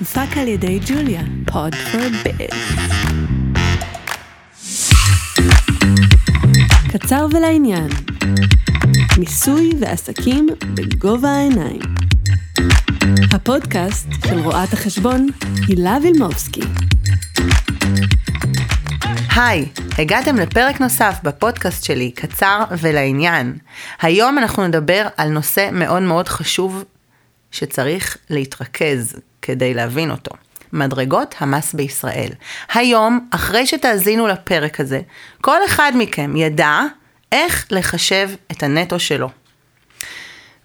הופק על ידי ג'וליה, פוד פור ביז. קצר ולעניין, מיסוי ועסקים בגובה העיניים. הפודקאסט של רואת החשבון הילה וילמובסקי. היי, הגעתם לפרק נוסף בפודקאסט שלי, קצר ולעניין. היום אנחנו נדבר על נושא מאוד מאוד חשוב שצריך להתרכז כדי להבין אותו. מדרגות המס בישראל. היום, אחרי שתאזינו לפרק הזה, כל אחד מכם ידע איך לחשב את הנטו שלו.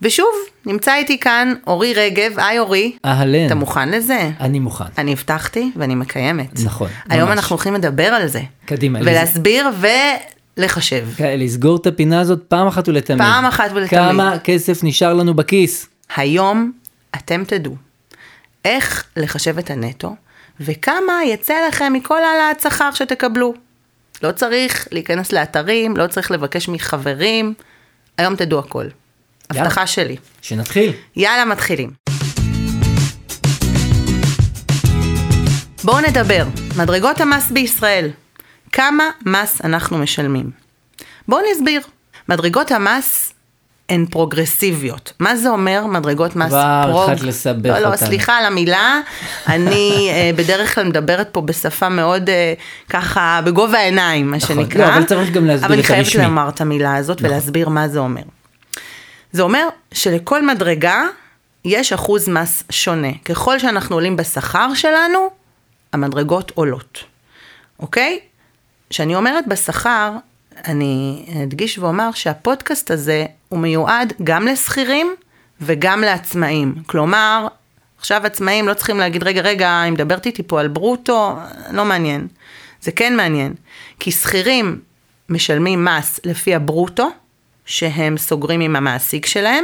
ושוב, נמצא איתי כאן אורי רגב, היי אורי, אהלן. אתה מוכן לזה? אני מוכן. אני הבטחתי ואני מקיימת. נכון, היום ממש. אנחנו הולכים לדבר על זה. קדימה, ולהסביר ולחשב. לסגור את הפינה הזאת פעם אחת ולתמיד. פעם אחת ולתמיד. כמה כסף נשאר לנו בכיס? היום אתם תדעו איך לחשב את הנטו וכמה יצא לכם מכל העלאת שכר שתקבלו. לא צריך להיכנס לאתרים, לא צריך לבקש מחברים, היום תדעו הכל. יאללה. הבטחה שלי. שנתחיל. יאללה, מתחילים. בואו נדבר, מדרגות המס בישראל. כמה מס אנחנו משלמים? בואו נסביר. מדרגות המס הן פרוגרסיביות. מה זה אומר מדרגות מס כבר התחלת לסבך לא, לא, אותנו. סליחה על המילה. אני אה, בדרך כלל מדברת פה בשפה מאוד אה, ככה, בגובה העיניים, מה נכון. שנקרא. לא, אבל צריך גם להסביר אבל אני את חייבת הרשמי. נכון. לומר את המילה הזאת ולהסביר מה זה אומר. זה אומר שלכל מדרגה יש אחוז מס שונה. ככל שאנחנו עולים בשכר שלנו, המדרגות עולות, אוקיי? כשאני אומרת בשכר, אני אדגיש ואומר שהפודקאסט הזה הוא מיועד גם לשכירים וגם לעצמאים. כלומר, עכשיו עצמאים לא צריכים להגיד, רגע, רגע, היא מדברת איתי פה על ברוטו, לא מעניין. זה כן מעניין. כי שכירים משלמים מס לפי הברוטו, שהם סוגרים עם המעסיק שלהם,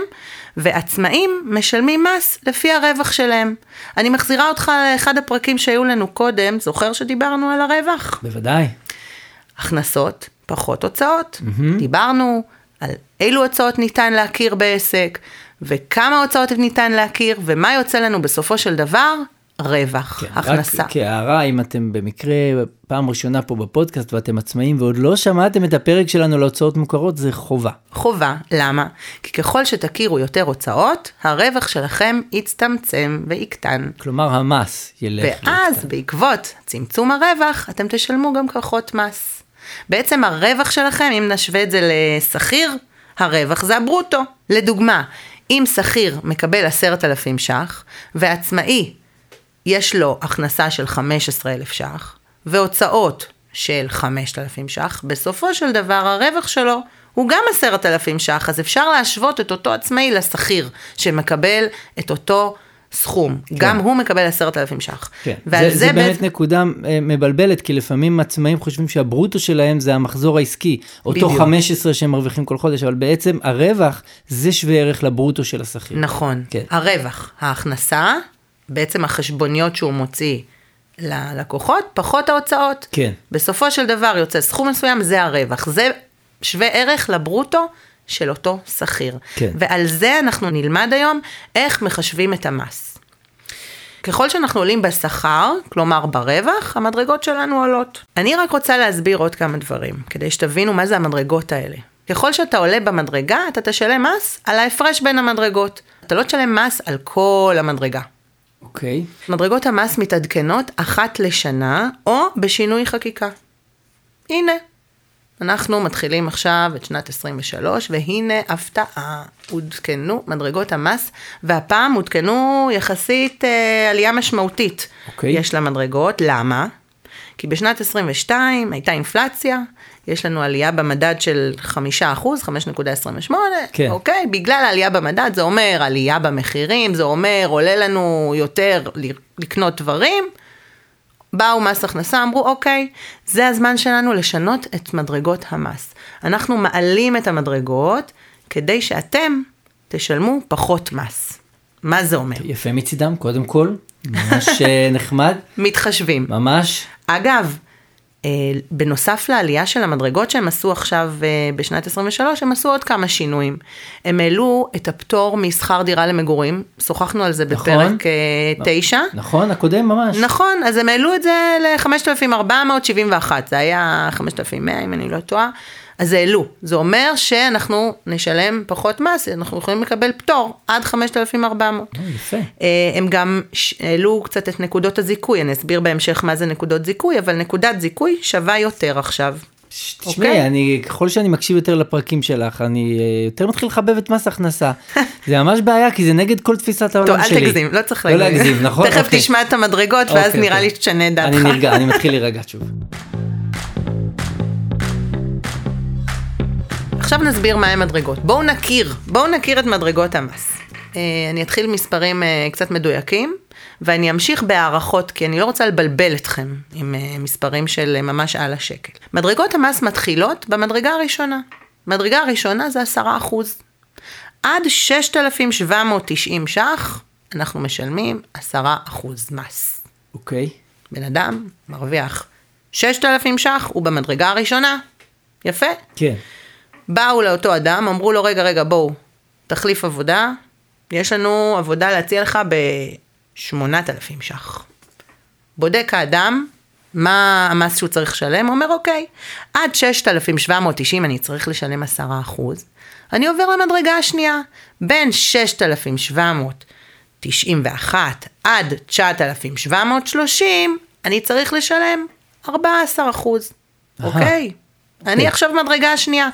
ועצמאים משלמים מס לפי הרווח שלהם. אני מחזירה אותך לאחד הפרקים שהיו לנו קודם, זוכר שדיברנו על הרווח? בוודאי. הכנסות פחות הוצאות. Mm-hmm. דיברנו על אילו הוצאות ניתן להכיר בעסק, וכמה הוצאות ניתן להכיר, ומה יוצא לנו בסופו של דבר? רווח, כן, כן, הכנסה. רק כהערה, אם אתם במקרה פעם ראשונה פה בפודקאסט ואתם עצמאים ועוד לא שמעתם את הפרק שלנו להוצאות מוכרות, זה חובה. חובה, למה? כי ככל שתכירו יותר הוצאות, הרווח שלכם יצטמצם ויקטן. כלומר, המס ילך. ואז בעקבות צמצום הרווח, אתם תשלמו גם פחות מס. בעצם הרווח שלכם, אם נשווה את זה לשכיר, הרווח זה הברוטו. לדוגמה, אם שכיר מקבל 10,000 ש"ח, ועצמאי יש לו הכנסה של 15,000 ש"ח, והוצאות של 5,000 ש"ח, בסופו של דבר הרווח שלו הוא גם 10,000 ש"ח, אז אפשר להשוות את אותו עצמאי לשכיר שמקבל את אותו סכום. כן. גם הוא מקבל 10,000 ש"ח. כן. ועל זה, זה באמת בעצם... נקודה אה, מבלבלת, כי לפעמים עצמאים חושבים שהברוטו שלהם זה המחזור העסקי, אותו בדיוק. 15 שהם מרוויחים כל חודש, אבל בעצם הרווח זה שווה ערך לברוטו של השכיר. נכון. כן. הרווח, ההכנסה, בעצם החשבוניות שהוא מוציא ללקוחות, פחות ההוצאות. כן. בסופו של דבר יוצא סכום מסוים, זה הרווח. זה שווה ערך לברוטו של אותו שכיר. כן. ועל זה אנחנו נלמד היום איך מחשבים את המס. ככל שאנחנו עולים בשכר, כלומר ברווח, המדרגות שלנו עולות. אני רק רוצה להסביר עוד כמה דברים, כדי שתבינו מה זה המדרגות האלה. ככל שאתה עולה במדרגה, אתה תשלם מס על ההפרש בין המדרגות. אתה לא תשלם מס על כל המדרגה. אוקיי. מדרגות המס מתעדכנות אחת לשנה, או בשינוי חקיקה. הנה, אנחנו מתחילים עכשיו את שנת 23, והנה הפתעה, עודכנו מדרגות המס, והפעם עודכנו יחסית אה, עלייה משמעותית. אוקיי. יש לה מדרגות, למה? כי בשנת 22 הייתה אינפלציה, יש לנו עלייה במדד של 5%, 5.28, כן. אוקיי? בגלל העלייה במדד, זה אומר עלייה במחירים, זה אומר עולה לנו יותר ל- לקנות דברים. באו מס הכנסה, אמרו, אוקיי, זה הזמן שלנו לשנות את מדרגות המס. אנחנו מעלים את המדרגות כדי שאתם תשלמו פחות מס. מה זה אומר? יפה מצידם, קודם כל, ממש אה, נחמד, מתחשבים. ממש, אגב, אה, בנוסף לעלייה של המדרגות שהם עשו עכשיו אה, בשנת 23, הם עשו עוד כמה שינויים. הם העלו את הפטור משכר דירה למגורים, שוחחנו על זה נכון. בפרק אה, 9. נכון, הקודם ממש. נכון, אז הם העלו את זה ל-5,471, זה היה 5,100 אם אני לא טועה, אז העלו. זה אומר שאנחנו נשלם פחות מס, אנחנו יכולים לקבל פטור עד 5,400. אה, יפה. אה, הם גם ש- העלו קצת את נקודות הזיכוי, אני אסביר בהמשך מה זה נקודות זיכוי, אבל נקודת זיכוי שווה יותר עכשיו. ש- אוקיי. תשמעי, אני, ככל שאני מקשיב יותר לפרקים שלך, אני אה, יותר מתחיל לחבב את מס הכנסה. זה ממש בעיה, כי זה נגד כל תפיסת טוב, העולם אל שלי. תגזים, לא צריך לא להגזים, נכון? תכף אוקיי. תשמע את המדרגות, ואז אוקיי, נראה אוקיי. לי תשנה את אני דעתך. נרגע, אני מתחיל להירגע שוב. עכשיו נסביר מהן מדרגות. בואו נכיר, בואו נכיר את מדרגות המס. אה, אני אתחיל מספרים אה, קצת מדויקים, ואני אמשיך בהערכות, כי אני לא רוצה לבלבל אתכם עם אה, מספרים של אה, ממש על השקל. מדרגות המס מתחילות במדרגה הראשונה. מדרגה הראשונה זה 10%. עד 6,790 ש"ח, אנחנו משלמים 10% מס. אוקיי. בן אדם מרוויח 6,000 ש"ח, הוא במדרגה הראשונה. יפה? כן. באו לאותו אדם, אמרו לו, רגע, רגע, בואו, תחליף עבודה, יש לנו עבודה להציע לך ב-8,000 ש"ח. בודק האדם מה המס שהוא צריך לשלם, אומר, אוקיי, עד 6,790 אני צריך לשלם 10%. אני עובר למדרגה השנייה, בין 6,791 עד 9,730, אני צריך לשלם 14%, אהה. אוקיי? אני עכשיו מדרגה השנייה.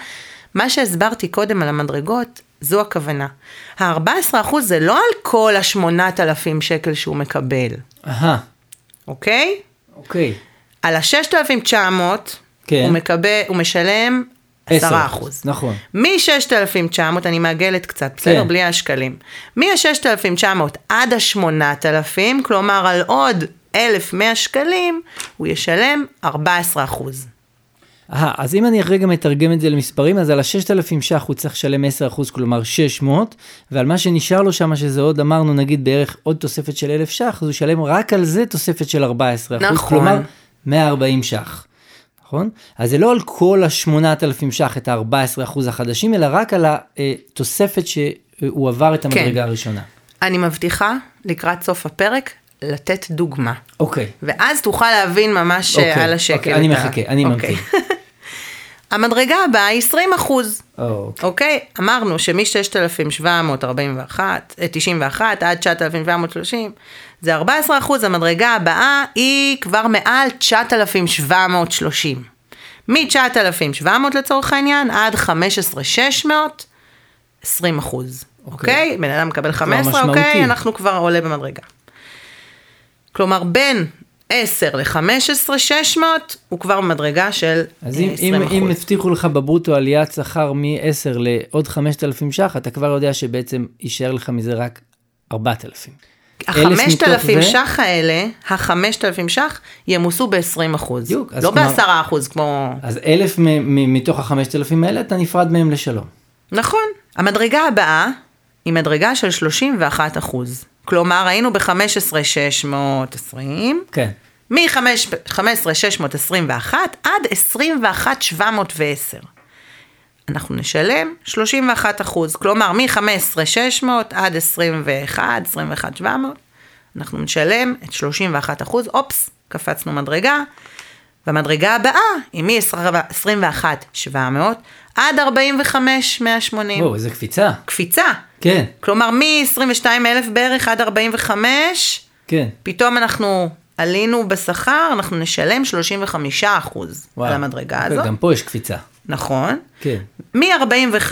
מה שהסברתי קודם על המדרגות, זו הכוונה. ה-14% זה לא על כל ה-8,000 שקל שהוא מקבל, אהה, אוקיי? אוקיי. על ה-6,900, כן. הוא, מקבל- הוא משלם 10%. 10%, נכון. מ-6,900, אני מעגלת קצת, בסדר? כן. בלי השקלים. מ-6,900 עד ה-8,000, כלומר על עוד 1,100 שקלים, הוא ישלם 14%. אהה, אז אם אני רגע מתרגם את זה למספרים, אז על ה-6,000 ש"ח הוא צריך לשלם 10%, כלומר 600, ועל מה שנשאר לו שם, שזה עוד אמרנו, נגיד בערך עוד תוספת של 1,000 ש"ח, אז הוא ישלם רק על זה תוספת של 14%, נכון. כלומר 140 ש"ח. נכון? אז זה לא על כל ה-8,000 ש"ח את ה-14% החדשים, אלא רק על התוספת שהוא עבר את המדרגה כן. הראשונה. אני מבטיחה לקראת סוף הפרק לתת דוגמה, אוקיי. ואז תוכל להבין ממש אוקיי, אה, על השקל. אוקיי, אני את ה- מחכה, אני אוקיי. ממתין. המדרגה הבאה היא 20 אחוז. אוקיי. אוקיי, אמרנו שמ-6,791 אה, 91 עד 9,730 זה 14 אחוז, המדרגה הבאה היא כבר מעל 9,730. מ-9,700 לצורך העניין עד 15,600, 20 אחוז. אוקיי? בן אדם מקבל 15, משמעותי. אוקיי? אנחנו כבר עולה במדרגה. כלומר, בין 10 ל-15,600 הוא כבר במדרגה של אה, אז אם, 20 אם, אחוז. אם הבטיחו לך בברוטו עליית שכר מ-10 לעוד 5,000 ש"ח, אתה כבר יודע שבעצם יישאר לך מזה רק 4,000. אלף החמשת אלפים מתוך זה- ש"ח האלה, החמשת אלפים ש"ח, ימוסו ב-20 אחוז. בדיוק, אז לא כלומר- ב-10 אחוז כמו... אז אלף מ- מ- מתוך ה-5,000 האלה, אתה נפרד מהם לשלום. נכון. המדרגה הבאה היא מדרגה של 31 אחוז. כלומר, היינו ב-15,620, כן. מ-15,621 עד 21,710. אנחנו נשלם 31 אחוז, כלומר מ-15,600 עד 21, 21,700, אנחנו נשלם את 31 אחוז, אופס, קפצנו מדרגה, והמדרגה הבאה היא מ-21,700 עד 45,180. וואו, איזה קפיצה. קפיצה, כן, כלומר מ-22,000 בערך עד 45, כן. פתאום אנחנו עלינו בשכר, אנחנו נשלם 35 אחוז על וואו. המדרגה אוקיי, הזאת, גם פה יש קפיצה. נכון. כן. מ-45,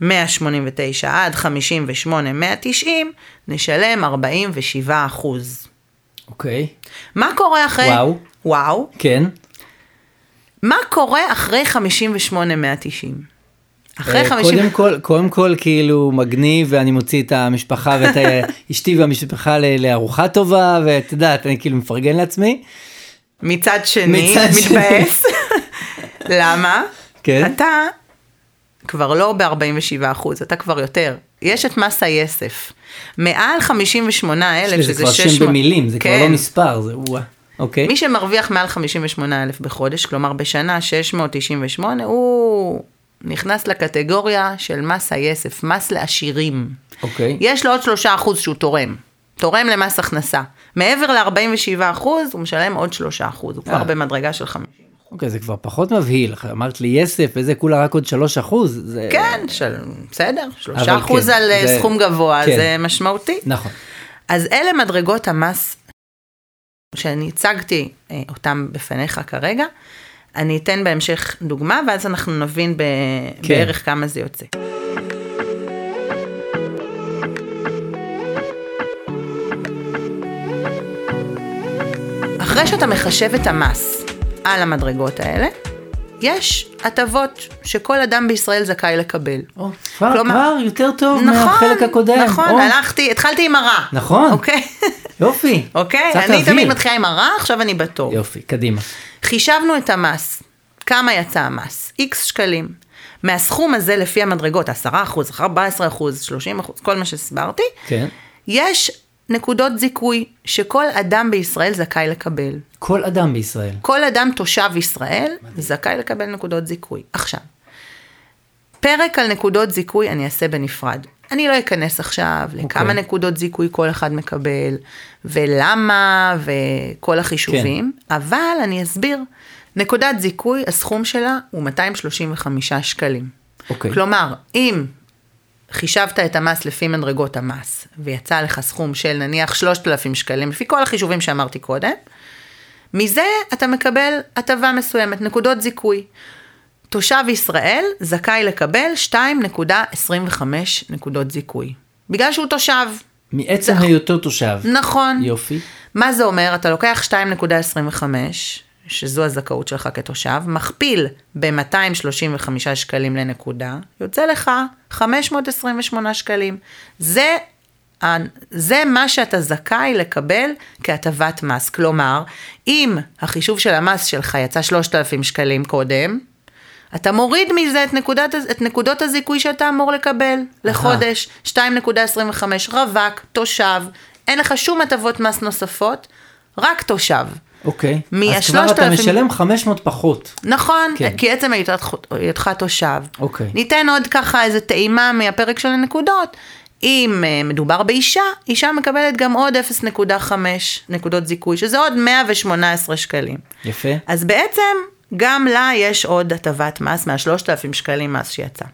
189 עד 58, 190, נשלם 47 אחוז. אוקיי. מה קורה אחרי... וואו. וואו. כן. מה קורה אחרי 58, 190? אחרי אה, 50... קודם כל, קודם כל כאילו מגניב ואני מוציא את המשפחה ואת ה- אשתי והמשפחה ל- לארוחה טובה ואת יודעת אני כאילו מפרגן לעצמי. מצד שני, מצד שני. מתבאס. למה? כן. אתה כבר לא ב-47 אחוז, אתה כבר יותר. יש את מס היסף. מעל 58 אלף, זה שזה כבר 600... שם במילים זה כבר כן. לא מספר זה וואה. אוקיי. מי שמרוויח מעל 58,000 בחודש, כלומר בשנה 698, הוא נכנס לקטגוריה של מס היסף, מס לעשירים. אוקיי. יש לו עוד 3% שהוא תורם, תורם למס הכנסה. מעבר ל-47% הוא משלם עוד 3%, הוא אה. כבר במדרגה של 50. אוקיי, זה כבר פחות מבהיל. אמרת לי יסף, וזה כולה רק עוד 3 אחוז. זה... כן, של... בסדר, 3% אבל כן, על אה, זה- סכום גבוה, כן. זה משמעותי. נכון. אז אלה מדרגות המס שאני הצגתי אה, אותם בפניך כרגע. אני אתן בהמשך דוגמה, ואז אנחנו נבין ב... כן. כן. בערך כמה זה יוצא. אחרי שאתה מחשב את המס על המדרגות האלה, יש הטבות שכל אדם בישראל זכאי לקבל. או, כבר, כלומר- כבר יותר טוב מהחלק נכון, הקודם. נכון, או, הלכתי, התחלתי עם הרע. נכון. אוקיי? יופי. אוקיי? קצת אני תמיד אוויר. מתחילה עם הרע, עכשיו אני בטוב. יופי, קדימה. חישבנו את המס. כמה יצא המס? איקס שקלים. מהסכום הזה לפי המדרגות, 10%, 14%, 30%, כל מה שהסברתי, כן. יש נקודות זיכוי שכל אדם בישראל זכאי לקבל. כל אדם בישראל. כל אדם תושב ישראל זכאי לקבל נקודות זיכוי. עכשיו, פרק על נקודות זיכוי אני אעשה בנפרד. אני לא אכנס עכשיו לכמה אוקיי. נקודות זיכוי כל אחד מקבל, ולמה, וכל החישובים, כן. אבל אני אסביר. נקודת זיכוי, הסכום שלה הוא 235 שקלים. אוקיי. כלומר, אם חישבת את המס לפי מדרגות המס, ויצא לך סכום של נניח 3,000 שקלים, לפי כל החישובים שאמרתי קודם, מזה אתה מקבל הטבה מסוימת, נקודות זיכוי. תושב ישראל זכאי לקבל 2.25 נקודות זיכוי. בגלל שהוא תושב, מעצם היותו תושב. נכון. יופי. מה זה אומר? אתה לוקח 2.25, שזו הזכאות שלך כתושב, מכפיל ב-235 שקלים לנקודה, יוצא לך 528 שקלים. זה, ה- זה מה שאתה זכאי לקבל כהטבת מס. כלומר, אם החישוב של המס שלך יצא 3,000 שקלים קודם, אתה מוריד מזה את, נקודת, את נקודות הזיכוי שאתה אמור לקבל לחודש, 2.25, רווק, תושב, אין לך שום הטבות מס נוספות, רק תושב. אוקיי. אז מה- כבר אתה 3,000 משלם 500 פחות. נכון, כן. כן. כי עצם היותך היותך תושב. אוקיי. ניתן עוד ככה איזה טעימה מהפרק של הנקודות. אם אה, מדובר באישה, אישה מקבלת גם עוד 0.5 נקודות זיכוי, שזה עוד 118 שקלים. יפה. אז בעצם גם לה יש עוד הטבת מס מה-3,000 שקלים מס שיצא.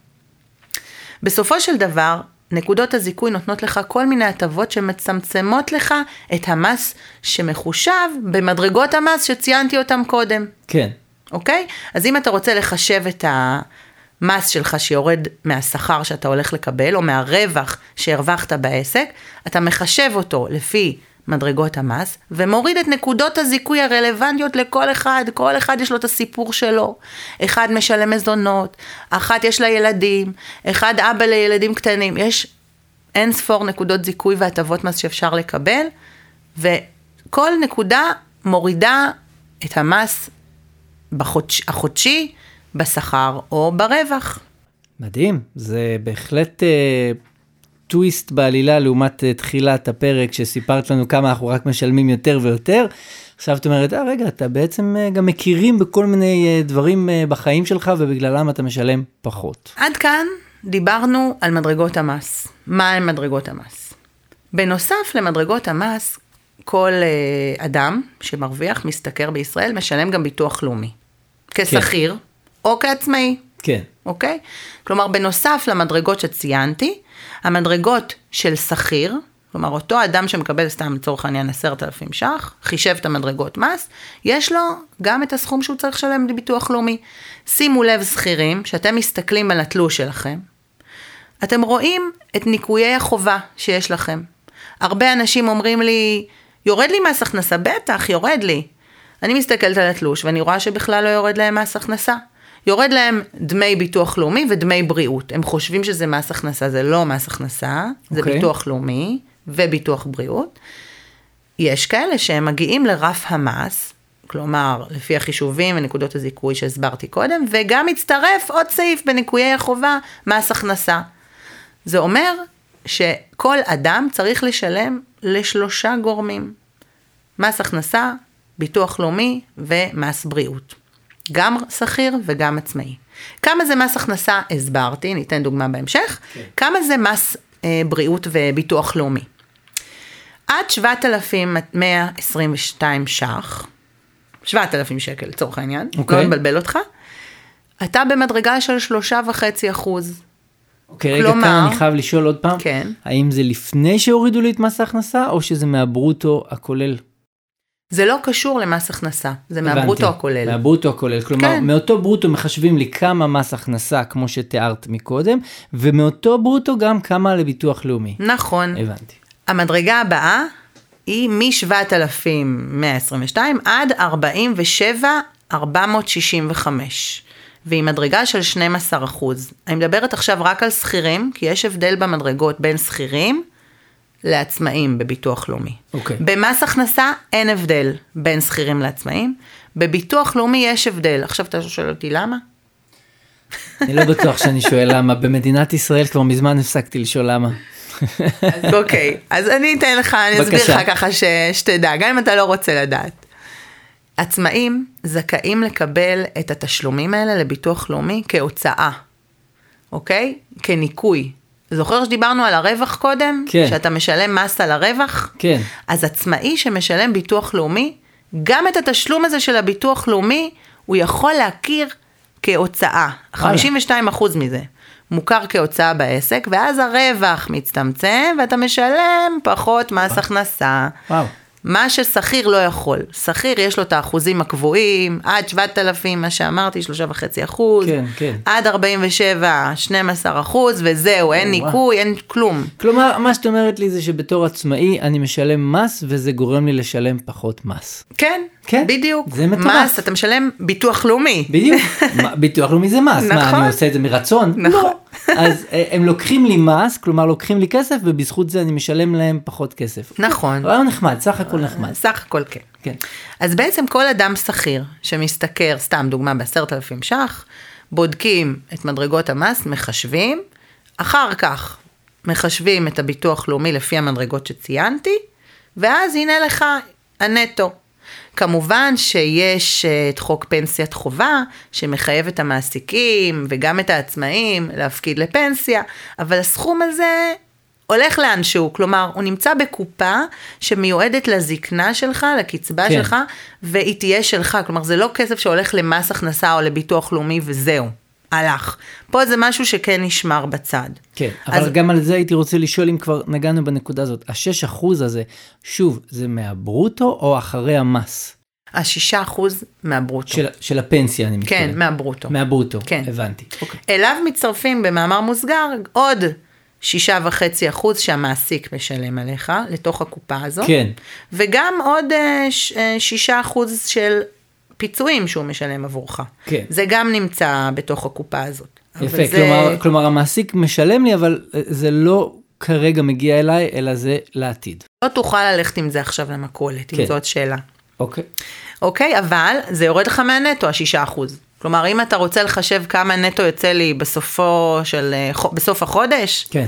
בסופו של דבר, נקודות הזיכוי נותנות לך כל מיני הטבות שמצמצמות לך את המס שמחושב במדרגות המס שציינתי אותם קודם, כן. אוקיי? אז אם אתה רוצה לחשב את המס שלך שיורד מהשכר שאתה הולך לקבל, או מהרווח שהרווחת בעסק, אתה מחשב אותו לפי מדרגות המס, ומוריד את נקודות הזיכוי הרלוונטיות לכל אחד, כל אחד יש לו את הסיפור שלו. אחד משלם מזונות, אחת יש לה ילדים, אחד אבא לילדים קטנים, יש אין ספור נקודות זיכוי והטבות מס שאפשר לקבל, וכל נקודה מורידה את המס בחודש, החודשי, בשכר או ברווח. מדהים. זה בהחלט אה, טוויסט בעלילה לעומת אה, תחילת הפרק שסיפרת לנו כמה אנחנו רק משלמים יותר ויותר. עכשיו את אומרת, אה רגע, אתה בעצם אה, גם מכירים בכל מיני אה, דברים אה, בחיים שלך ובגללם אתה משלם פחות. עד כאן דיברנו על מדרגות המס. מה הן מדרגות המס? בנוסף למדרגות המס, כל אה, אדם שמרוויח, משתכר בישראל, משלם גם ביטוח לאומי. כשכיר כן. או כעצמאי. כן. אוקיי? כלומר, בנוסף למדרגות שציינתי, המדרגות של שכיר, כלומר, אותו אדם שמקבל סתם לצורך העניין 10,000 ש"ח, חישב את המדרגות מס, יש לו גם את הסכום שהוא צריך לשלם לביטוח לאומי. שימו לב, שכירים, שאתם מסתכלים על התלוש שלכם, אתם רואים את ניכויי החובה שיש לכם. הרבה אנשים אומרים לי, יורד לי מס הכנסה, בטח, יורד לי. אני מסתכלת על התלוש ואני רואה שבכלל לא יורד להם מס הכנסה. יורד להם דמי ביטוח לאומי ודמי בריאות. הם חושבים שזה מס הכנסה, זה לא מס הכנסה, זה אוקיי. ביטוח לאומי וביטוח בריאות. יש כאלה שהם מגיעים לרף המס, כלומר, לפי החישובים ונקודות הזיכוי שהסברתי קודם, וגם מצטרף עוד סעיף בניכויי החובה, מס הכנסה. זה אומר שכל אדם צריך לשלם לשלושה גורמים. מס הכנסה, ביטוח לאומי ומס בריאות. גם שכיר וגם עצמאי. כמה זה מס הכנסה, הסברתי, ניתן דוגמה בהמשך. כן. כמה זה מס אה, בריאות וביטוח לאומי. עד 7,122 ש"ח, 7,000 שקל לצורך העניין, אוקיי. לא מבלבל אותך, אתה במדרגה של שלושה וחצי אחוז. אוקיי, רגע, כלומר- כאן אני חייב לשאול עוד פעם, כן. האם זה לפני שהורידו לי את מס ההכנסה, או שזה מהברוטו הכולל? זה לא קשור למס הכנסה, זה מהברוטו הבנתי. הכולל. מהברוטו הכולל, כלומר, כן. מאותו ברוטו מחשבים לי כמה מס הכנסה, כמו שתיארת מקודם, ומאותו ברוטו גם כמה לביטוח לאומי. נכון. הבנתי. המדרגה הבאה היא מ-7,122 עד 47,465, והיא מדרגה של 12 אחוז. אני מדברת עכשיו רק על שכירים, כי יש הבדל במדרגות בין שכירים לעצמאים בביטוח לאומי. אוקיי. במס הכנסה אין הבדל בין שכירים לעצמאים, בביטוח לאומי יש הבדל. עכשיו אתה שואל אותי למה? אני לא בטוח שאני שואל למה, במדינת ישראל כבר מזמן הפסקתי לשאול למה. אוקיי, אז אני אתן לך, אני אסביר בבקשה. לך ככה ש... שתדע, גם אם אתה לא רוצה לדעת. עצמאים זכאים לקבל את התשלומים האלה לביטוח לאומי כהוצאה, אוקיי? כניכוי. זוכר שדיברנו על הרווח קודם? כן. שאתה משלם מס על הרווח? כן. אז עצמאי שמשלם ביטוח לאומי, גם את התשלום הזה של הביטוח לאומי, הוא יכול להכיר כהוצאה. 52% מזה מוכר כהוצאה בעסק, ואז הרווח מצטמצם, ואתה משלם פחות מס הכנסה. אה. וואו. מה ששכיר לא יכול. שכיר יש לו את האחוזים הקבועים, עד 7,000, מה שאמרתי, 3.5 אחוז. כן, כן. עד 47, 12 אחוז, וזהו, אין וואו. ניכוי, אין כלום. כלומר, מה שאת אומרת לי זה שבתור עצמאי אני משלם מס, וזה גורם לי לשלם פחות מס. כן, כן, בדיוק. זה מטורף. מס, אתה משלם ביטוח לאומי. בדיוק, מה, ביטוח לאומי זה מס, מה נכון. אני עושה את זה מרצון? נכון. לא. אז אה, הם לוקחים לי מס, כלומר לוקחים לי כסף ובזכות זה אני משלם להם פחות כסף. נכון. רעיון נחמד, סך הכל נחמד. סך הכל כן. כן. אז בעצם כל אדם שכיר שמשתכר, סתם דוגמה, ב-10,000 ש"ח, בודקים את מדרגות המס, מחשבים, אחר כך מחשבים את הביטוח לאומי לפי המדרגות שציינתי, ואז הנה לך הנטו. כמובן שיש אה, את חוק פנסיית חובה, שמחייב את המעסיקים וגם את העצמאים להפקיד לפנסיה, אבל הסכום הזה הולך לאנשהו, כלומר, הוא נמצא בקופה שמיועדת לזקנה שלך, לקצבה כן. כן. שלך, והיא תהיה שלך, כלומר, זה לא כסף שהולך למס הכנסה או לביטוח לאומי וזהו, הלך. פה זה משהו שכן נשמר בצד. כן, אבל אז אז... גם על זה הייתי רוצה לשאול אם כבר נגענו בנקודה הזאת. השש אחוז הזה, שוב, זה מהברוטו או אחרי המס? השישה אחוז מהברוטו. של, של הפנסיה, אני מתכוון. כן, מהברוטו. מהברוטו, כן. הבנתי. אוקיי. אליו מצטרפים במאמר מוסגר עוד שישה וחצי אחוז שהמעסיק משלם עליך, לתוך הקופה הזו. כן. וגם עוד אה, ש- אה, שישה אחוז של פיצויים שהוא משלם עבורך. כן. זה גם נמצא בתוך הקופה הזאת. אבל יפה, זה- כלומר, כלומר המעסיק משלם לי, אבל אה, זה לא כרגע מגיע אליי, אלא זה לעתיד. לא תוכל ללכת עם זה עכשיו למכולת, כן. אם זאת השאלה. אוקיי. אוקיי, אבל זה יורד לך מהנטו, השישה אחוז. כלומר, אם אתה רוצה לחשב כמה נטו יוצא לי בסופו של, אה, חו- בסוף החודש, כן,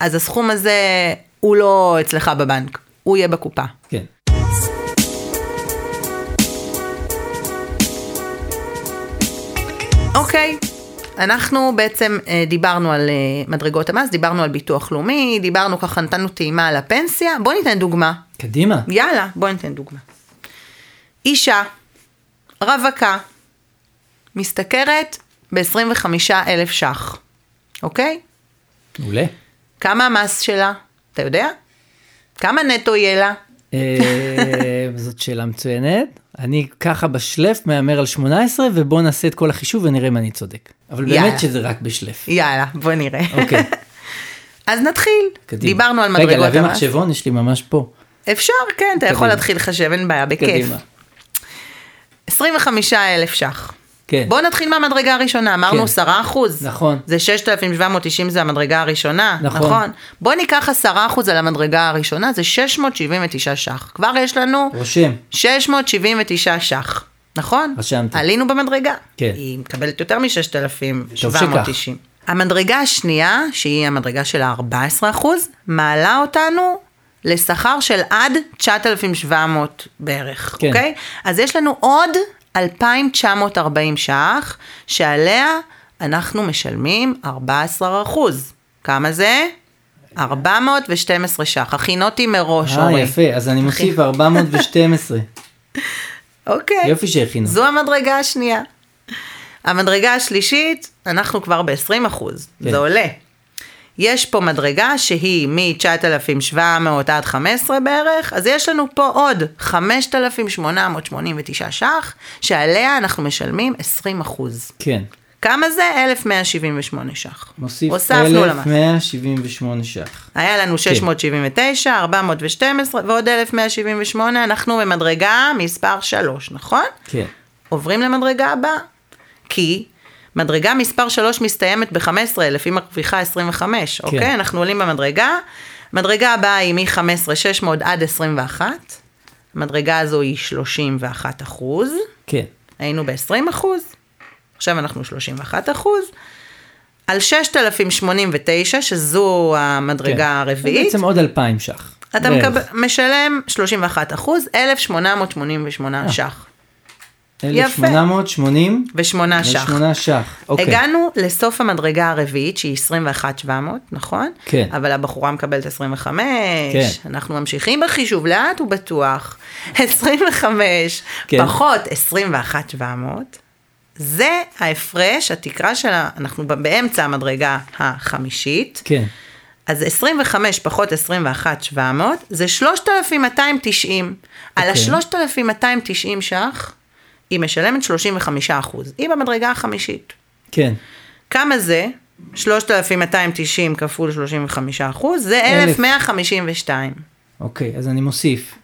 אז הסכום הזה הוא לא אצלך בבנק, הוא יהיה בקופה. כן. אוקיי, אנחנו בעצם אה, דיברנו על אה, מדרגות המס, דיברנו על ביטוח לאומי, דיברנו ככה, נתנו טעימה על הפנסיה, בוא ניתן דוגמה. קדימה. יאללה, בוא ניתן דוגמה. אישה, רווקה, משתכרת ב-25 אלף ש"ח, אוקיי? מעולה. כמה המס שלה? אתה יודע? כמה נטו יהיה לה? אה, זאת שאלה מצוינת. אני ככה בשלף מהמר על 18, ובוא נעשה את כל החישוב ונראה אם אני צודק. אבל יאללה. באמת שזה רק בשלף. יאללה, בוא נראה. אוקיי, אז נתחיל. קדימה. דיברנו על רגע, מדרגות להביא המס. מחשבון יש לי ממש פה. אפשר, כן, אתה יכול קדימה. להתחיל לחשב, אין בעיה, בכיף. קדימה. 25 אלף ש"ח. כן. בואו נתחיל מהמדרגה הראשונה, אמרנו כן. 10 אחוז. נכון. זה 6,790 זה המדרגה הראשונה, נכון. נכון. נכון? בואו ניקח 10 אחוז על המדרגה הראשונה, זה 679 ש"ח. כבר יש לנו רושם. אה, 679 ש"ח, נכון? רשמתי. עלינו במדרגה. כן. היא מקבלת יותר טוב שכך. מ-6,790. המדרגה השנייה, שהיא המדרגה של ה-14 אחוז, מעלה אותנו לשכר של עד 9,700 בערך, כן. כן. אוקיי? אז יש לנו עוד 2,940 ש"ח, שעליה אנחנו משלמים 14 אחוז. כמה זה? 412 ש"ח. הכינותי מראש, אה, אורי. יפה, אז אני מוסיף 412. אוקיי. יופי שהכינו. זו המדרגה השנייה. המדרגה השלישית, אנחנו כבר ב-20 אחוז, כן. כן. זה עולה. יש פה מדרגה שהיא מ-9,700 עד 15 בערך, אז יש לנו פה עוד 5,889 ש"ח, שעליה אנחנו משלמים 20 אחוז. כן. כמה זה? 1,178 ש"ח. מוסיף כן. הוספנו למס. 1,178 ש"ח. היה לנו 679, 412 ועוד 1,178, אנחנו במדרגה מספר 3, נכון? כן. עוברים למדרגה הבאה. כי מדרגה מספר 3 מסתיימת ב-15,000, היא מרוויחה 25, כן. אוקיי? אנחנו עולים במדרגה. מדרגה הבאה היא מ-15,600 עד 21. המדרגה הזו היא 31 אחוז, כן. היינו ב-20 אחוז, עכשיו אנחנו 31 אחוז. על 6,089, שזו המדרגה כן. הרביעית. בעצם עוד 2,000 ש"ח. אתה בערך. מקב... משלם 31 אחוז, אה. 1,888 ש"ח. 1,880 ושמונה ש"ח. ושמונה ש"ח. אוקיי. הגענו לסוף המדרגה הרביעית שהיא 21,700, נכון? כן. אבל הבחורה מקבלת 25, כן. אנחנו ממשיכים בחישוב לאט ובטוח. 25 כן. פחות 21,700, זה ההפרש, התקרה שלה, אנחנו ב- באמצע המדרגה החמישית. כן. אז 25 פחות 21,700 זה 3,290. על אוקיי. ה-3,290 ש"ח, היא משלמת 35 אחוז. היא במדרגה החמישית. כן. כמה זה? 3,290 כפול 35 אחוז, זה אלף. 1,152. אוקיי, אז אני מוסיף.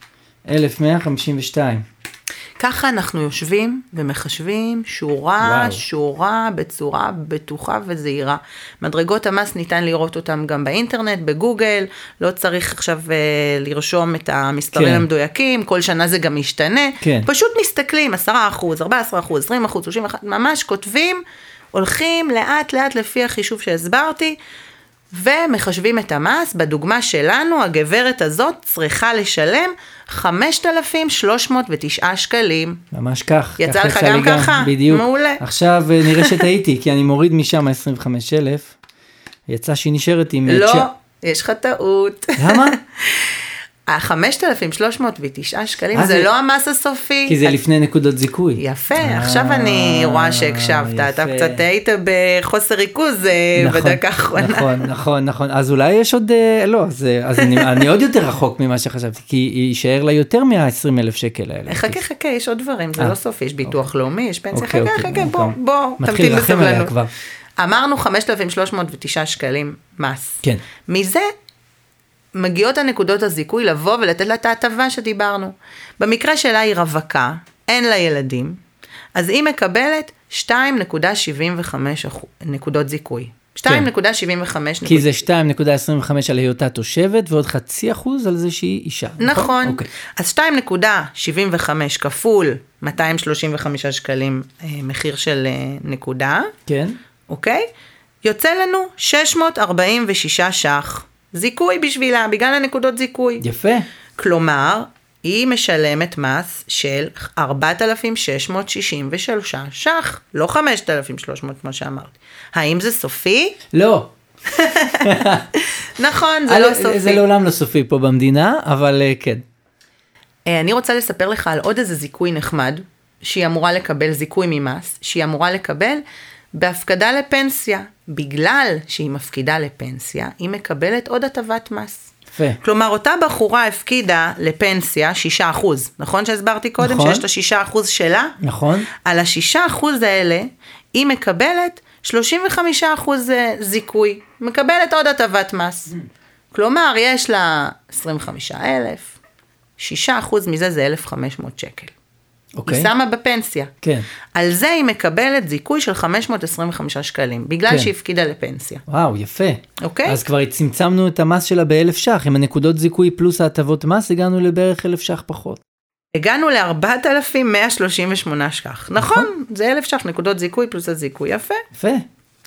1,152. ככה אנחנו יושבים ומחשבים שורה, וואו. וואו. שורה, בצורה בטוחה וזהירה. מדרגות המס ניתן לראות אותן גם באינטרנט, בגוגל, לא צריך עכשיו אה, לרשום את המספרים כן. כן. המדויקים, כל שנה זה גם משתנה. כן. פשוט מסתכלים, 10%, 14%, 20%, 31%, ממש כותבים, הולכים לאט לאט לפי החישוב שהסברתי. ומחשבים את המס, בדוגמה שלנו הגברת הזאת צריכה לשלם 5,309 שקלים. ממש כך. יצא כך לך גם לי ככה? בדיוק. מעולה. עכשיו אה, נראה שטעיתי, כי אני מוריד משם 25,000. יצא שהיא נשארת עם... אה, לא, תשע- יש לך טעות. למה? ה-5,309 אה, שקלים זה זה- לא המס הסופי. כי זה את- לפני נקודות זיכוי. יפה, אה, עכשיו אני רואה שהקשבת, אתה יפה. קצת היית בחוסר ריכוז אה, נכון, בדקה האחרונה. נכון, נכון, נכון. אז אולי יש עוד... אה, לא, אז, אה, אז אני, אני עוד יותר רחוק ממה שחשבתי, כי יישאר לה יותר מה-20 אלף שקל האלה. חכה חכה, יש עוד דברים, זה אה, לא סופי, יש ביטוח לאומי, יש פנסיה, אוקיי, חכה אוקיי, חכה, בוא, אוקיי. בוא, מתחיל תמתין לרחם עליה בסבלנות. כבר. אמרנו 5,309 שקלים מס. כן. מזה מגיעות הנקודות הזיכוי לבוא ולתת לה את ההטבה שדיברנו. במקרה שלה היא רווקה, אין לה ילדים, אז היא מקבלת 2.75 אחו- נקודות זיכוי. 2.75 כן. כי נקודות. זה 2.25 על היותה תושבת, ועוד חצי אחוז על זה שהיא אישה. נכון, אוקיי. אז 2.75 כפול 235 שקלים אה, מחיר של אה, נקודה, כן, אוקיי? יוצא לנו 646 ש"ח זיכוי בשבילה, בגלל הנקודות זיכוי. יפה. כלומר, היא משלמת מס של 4,663 ש"ח, לא 5,300 כמו שאמרתי. האם זה סופי? לא, נכון, זה אה, לא סופי. זה לעולם לא סופי פה במדינה, אבל אה, כן. אה, אני רוצה לספר לך על עוד איזה זיכוי נחמד, שהיא אמורה לקבל זיכוי ממס, שהיא אמורה לקבל בהפקדה לפנסיה. בגלל שהיא מפקידה לפנסיה, היא מקבלת עוד הטבת מס. יפה. כלומר, אותה בחורה הפקידה לפנסיה 6%, נכון שהסברתי קודם נכון. שיש את ה-6% שלה? נכון? על השישה אחוז האלה, היא מקבלת 35 אחוז אה, זיכוי, מקבלת עוד הטבת מס. כלומר, יש לה 25 אלף, 6 אחוז מזה זה 1,500 שקל. אוקיי. היא שמה בפנסיה. כן. על זה היא מקבלת זיכוי של 525 שקלים, בגלל כן. שהיא הפקידה לפנסיה. וואו, יפה. אוקיי. אז כבר צמצמנו את המס שלה באלף ש"ח, עם הנקודות זיכוי פלוס ההטבות מס, הגענו לבערך אלף ש"ח פחות. הגענו ל-4,138 ש"ח. נכון, זה 1,000 ש"ח, נקודות זיכוי פלוס הזיכוי, יפה. יפה.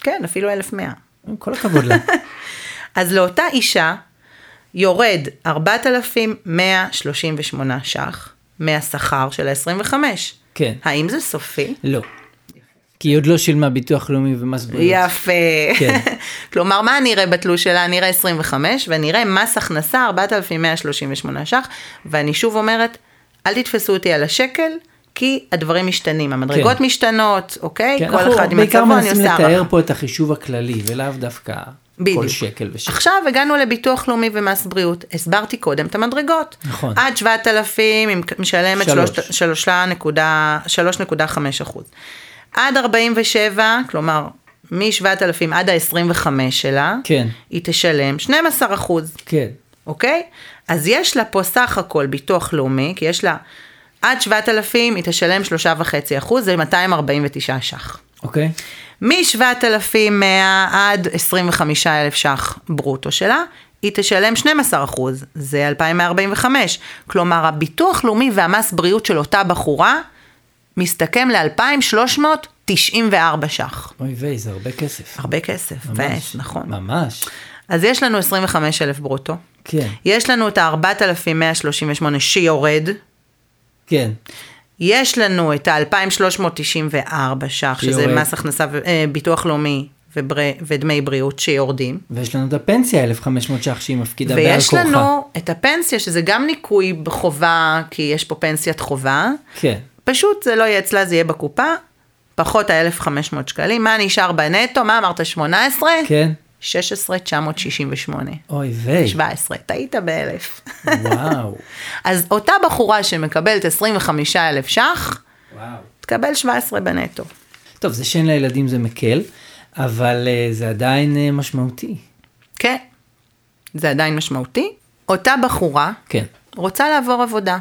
כן, אפילו 1,100. כל הכבוד לה. אז לאותה אישה יורד 4,138 ש"ח מהשכר של ה-25. כן. האם זה סופי? לא. כי היא עוד לא שילמה ביטוח לאומי ומס בריאות. יפה. כן. כלומר, מה אני אראה בתלוש שלה? אני אראה 25, ואני אראה מס הכנסה 4,138 ש"ח, ואני שוב אומרת, אל תתפסו אותי על השקל, כי הדברים משתנים, המדרגות כן. משתנות, אוקיי? כן, כל אחד אנחנו עם בעיקר הצבא, אני מנסים עושה לתאר הערכה. פה את החישוב הכללי, ולאו דווקא בדיוק. כל שקל ושקל. עכשיו הגענו לביטוח לאומי ומס בריאות, הסברתי קודם את המדרגות. נכון. עד 7,000 היא משלמת שלוש. שלוש- שלושה נקודה- 3.5 אחוז. עד 47, כלומר מ-7,000 עד ה-25 שלה, כן. היא תשלם 12 אחוז, כן. אוקיי? אז יש לה פה סך הכל ביטוח לאומי, כי יש לה עד 7,000 היא תשלם 3.5 אחוז, זה 249 ש"ח. אוקיי? מ-7,100 עד 25,000 ש"ח ברוטו שלה, היא תשלם 12 אחוז, זה 2,145. כלומר, הביטוח לאומי והמס בריאות של אותה בחורה מסתכם ל-2,394 ש"ח. אוי ויי, זה הרבה כסף. הרבה כסף, ממש. ממש, נכון. ממש. אז יש לנו 25,000 ברוטו. כן. יש לנו את ה-4,138 שיורד. כן. יש לנו את ה-2,394 ש"ח, שזה שיורד. מס הכנסה, ו- אה, ביטוח לאומי ובר... ודמי בריאות שיורדים. ויש לנו את הפנסיה 1,500 ש"ח שהיא מפקידה בעל כורחה. ויש לנו את הפנסיה, שזה גם ניכוי בחובה, כי יש פה פנסיית חובה. כן. פשוט זה לא יהיה אצלה, זה יהיה בקופה, פחות ה-1,500 שקלים. מה נשאר בנטו? מה אמרת? 18? כן. 16,968. אוי ויי. 17, טעית באלף. וואו. אז אותה בחורה שמקבלת 25,000 ש"ח, וואו. תקבל 17 בנטו. טוב, זה שאין לה ילדים זה מקל, אבל אה, זה עדיין אה, משמעותי. כן, זה עדיין משמעותי. אותה בחורה כן. רוצה לעבור עבודה.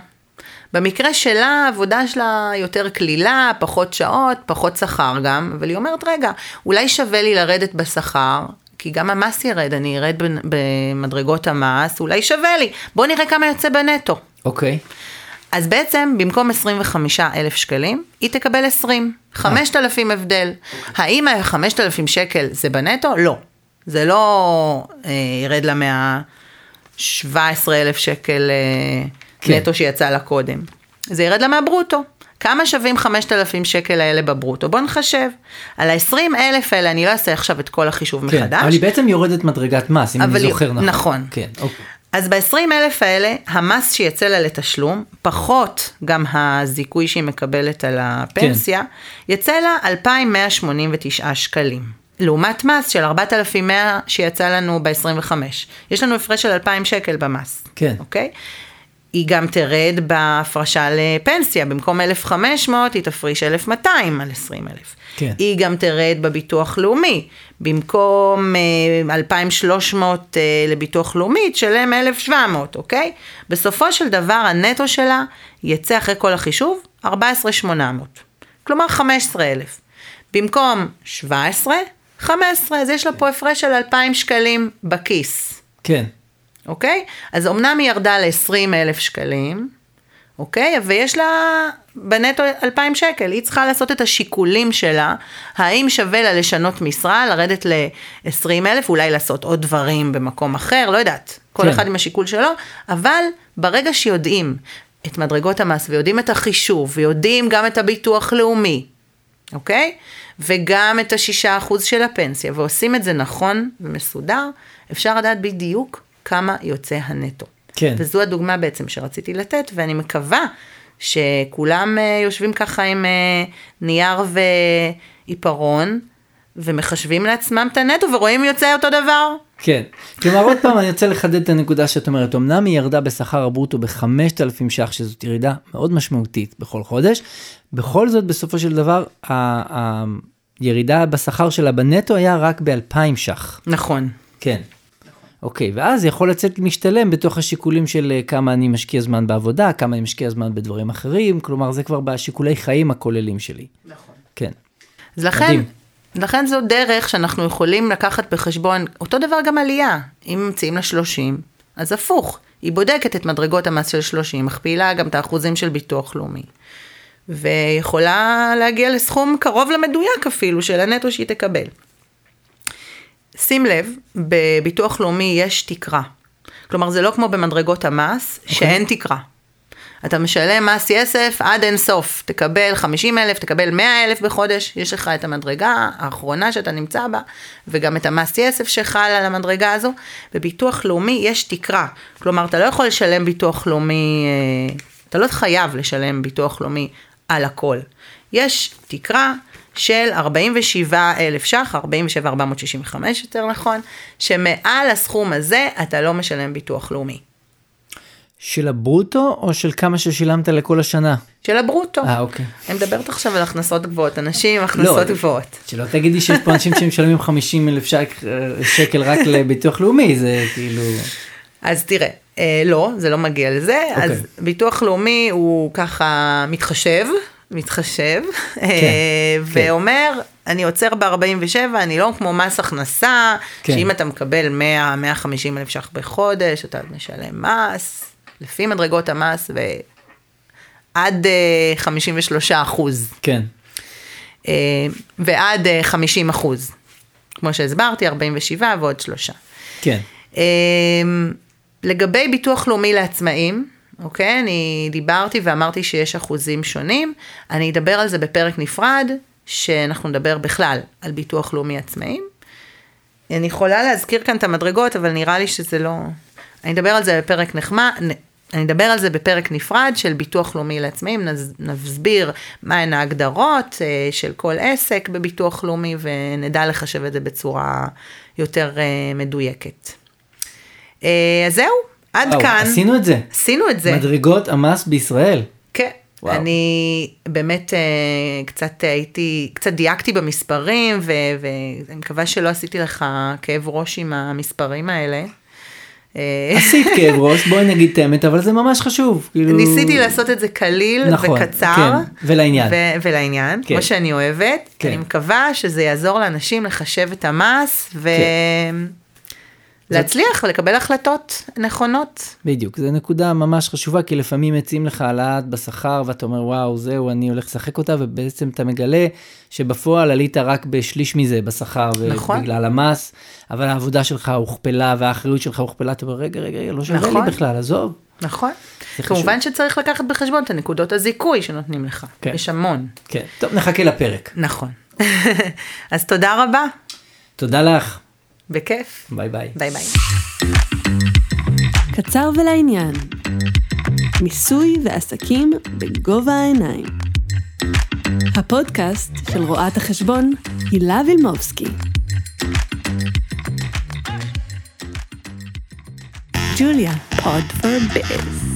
במקרה שלה, העבודה שלה יותר קלילה, פחות שעות, פחות שכר גם, אבל היא אומרת, רגע, אולי שווה לי לרדת בשכר, כי גם המס ירד, אני ארד בנ- במדרגות המס, אולי שווה לי. בואו נראה כמה יוצא בנטו. אוקיי. אז בעצם במקום 25 אלף שקלים, היא תקבל 20, 5,000 הבדל. האם ה-5,000 שקל זה בנטו? לא. זה לא אה, ירד לה מה-17,000 שקל אה, כן. נטו שיצא לה קודם. זה ירד לה מהברוטו. כמה שווים 5,000 שקל האלה בברוטו? בוא נחשב. על ה-20,000 האלה אני לא אעשה עכשיו את כל החישוב כן. מחדש. אבל היא בעצם יורדת מדרגת מס, אם אבל אני היא- זוכר נכון. נכון. כן. אוקיי. אז ב-20 אלף האלה, המס שיצא לה לתשלום, פחות גם הזיכוי שהיא מקבלת על הפנסיה, כן. יצא לה 2,189 שקלים. לעומת מס של 4,100 שיצא לנו ב-25. יש לנו הפרש של 2,000 שקל במס. כן. אוקיי? היא גם תרד בהפרשה לפנסיה, במקום 1,500 היא תפריש 1,200 על 20,000. כן. היא גם תרד בביטוח לאומי, במקום אה, 2,300 אה, לביטוח לאומי, תשלם 1,700, אוקיי? בסופו של דבר הנטו שלה יצא אחרי כל החישוב 14,800, כלומר 15,000. במקום 17, 15, אז יש לה פה הפרש של 2,000 שקלים בכיס. כן. אוקיי? אז אמנם היא ירדה ל-20 אלף שקלים, אוקיי? ויש לה בנטו 2,000 שקל. היא צריכה לעשות את השיקולים שלה, האם שווה לה לשנות משרה, לרדת ל-20 אלף, אולי לעשות עוד דברים במקום אחר, לא יודעת. כל כן. כן. אחד עם השיקול שלו, אבל ברגע שיודעים את מדרגות המס ויודעים את החישוב ויודעים גם את הביטוח לאומי, אוקיי? וגם את השישה אחוז של הפנסיה, ועושים את זה נכון ומסודר, אפשר לדעת בדיוק כמה יוצא הנטו. כן. וזו הדוגמה בעצם שרציתי לתת, ואני מקווה שכולם אה, יושבים ככה עם אה, נייר ועיפרון, ומחשבים לעצמם את הנטו, ורואים יוצא אותו דבר. כן. כלומר, עוד פעם, אני רוצה לחדד את הנקודה שאת אומרת. אמנם היא ירדה בשכר הברוטו ב-5,000 ש"ח, שזאת ירידה מאוד משמעותית בכל חודש. בכל זאת, בסופו של דבר, ה- הירידה בשכר שלה בנטו היה רק ב-2,000 ש"ח. נכון. כן. אוקיי, ואז יכול לצאת משתלם בתוך השיקולים של אה, כמה אני משקיע זמן בעבודה, כמה אני משקיע זמן בדברים אחרים, כלומר זה כבר בשיקולי חיים הכוללים שלי. נכון. כן, אז לכן, מדהים. לכן זו דרך שאנחנו יכולים לקחת בחשבון, אותו דבר גם עלייה, אם ממציאים לה 30, אז הפוך, היא בודקת את מדרגות המס של 30, מכפילה גם את האחוזים של ביטוח לאומי, ויכולה להגיע לסכום קרוב למדויק אפילו של הנטו שהיא תקבל. שים לב, בביטוח לאומי יש תקרה. כלומר, זה לא כמו במדרגות המס, שאין תקרה. אתה משלם מס יסף עד אין סוף, תקבל 50 אלף, תקבל 100 אלף בחודש, יש לך את המדרגה האחרונה שאתה נמצא בה, וגם את המס יסף שחל על המדרגה הזו. בביטוח לאומי יש תקרה, כלומר אתה לא יכול לשלם ביטוח לאומי, אה, אתה לא חייב לשלם ביטוח לאומי על הכל. יש תקרה של 47 אלף ש"ח, 47,465 יותר נכון, שמעל הסכום הזה אתה לא משלם ביטוח לאומי. של הברוטו או של כמה ששילמת לכל השנה? של הברוטו. אה, אוקיי. אני מדברת עכשיו על הכנסות גבוהות, אנשים עם הכנסות לא, גבוהות. שלא תגידי שיש פה אנשים שמשלמים 50 אלף אה, שקל רק לביטוח לאומי, זה כאילו... אז תראה, אה, לא, זה לא מגיע לזה, אז אוקיי. ביטוח לאומי הוא ככה מתחשב, מתחשב, כן, אה, ואומר, אני עוצר ב-47, אני לא כמו מס הכנסה, כן. שאם אתה מקבל 100-150 אלף ש"ח בחודש, אתה משלם מס, לפי מדרגות המס, ועד אה, 53 אחוז. כן. אה, ועד אה, 50 אחוז. כמו שהסברתי, 47 ועוד שלושה. כן. אה, לגבי ביטוח לאומי לעצמאים, אוקיי? אני דיברתי ואמרתי שיש אחוזים שונים. אני אדבר על זה בפרק נפרד, שאנחנו נדבר בכלל על ביטוח לאומי עצמאים. אני יכולה להזכיר כאן את המדרגות, אבל נראה לי שזה לא... אני אדבר על זה בפרק נחמד, אני אדבר על זה בפרק נפרד של ביטוח לאומי לעצמאים, נז- נסביר מהן ההגדרות אה, של כל עסק בביטוח לאומי, ונדע לחשב את זה בצורה יותר אה, מדויקת. אה, אז זהו, עד וואו, כאן. עשינו את זה. עשינו את זה. מדרגות המס בישראל. כן. וואו. אני באמת אה, קצת הייתי, קצת דייקתי במספרים, ו- ואני מקווה שלא עשיתי לך כאב ראש עם המספרים האלה. אה, עשית כאב ראש, בואי נגיד את האמת, אבל זה ממש חשוב. כאילו... ניסיתי לעשות את זה קליל נכון, וקצר. כן, ולעניין. ו- ולעניין, כן. כמו שאני אוהבת. כן. אני מקווה שזה יעזור לאנשים לחשב את המס ו... כן. להצליח ולקבל החלטות נכונות. בדיוק, זו נקודה ממש חשובה, כי לפעמים מציעים לך העלאת בשכר, ואתה אומר, וואו, זהו, אני הולך לשחק אותה, ובעצם אתה מגלה שבפועל עלית רק בשליש מזה בשכר, נכון. בגלל המס, אבל העבודה שלך הוכפלה, והאחריות שלך הוכפלה, אתה אומר, רגע, רגע, רגע, לא שווה נכון. לי בכלל, עזוב. נכון. זה חשוב. כמובן שצריך לקחת בחשבון את הנקודות הזיכוי שנותנים לך. כן. יש המון. כן, טוב, נחכה לפרק. נכון. אז תודה רבה, תודה לך, בכיף. ביי ביי. ביי ביי. קצר ולעניין. מיסוי ועסקים בגובה העיניים. הפודקאסט של רואת החשבון הילה וילמובסקי. ג'וליה, פוד פור ביז.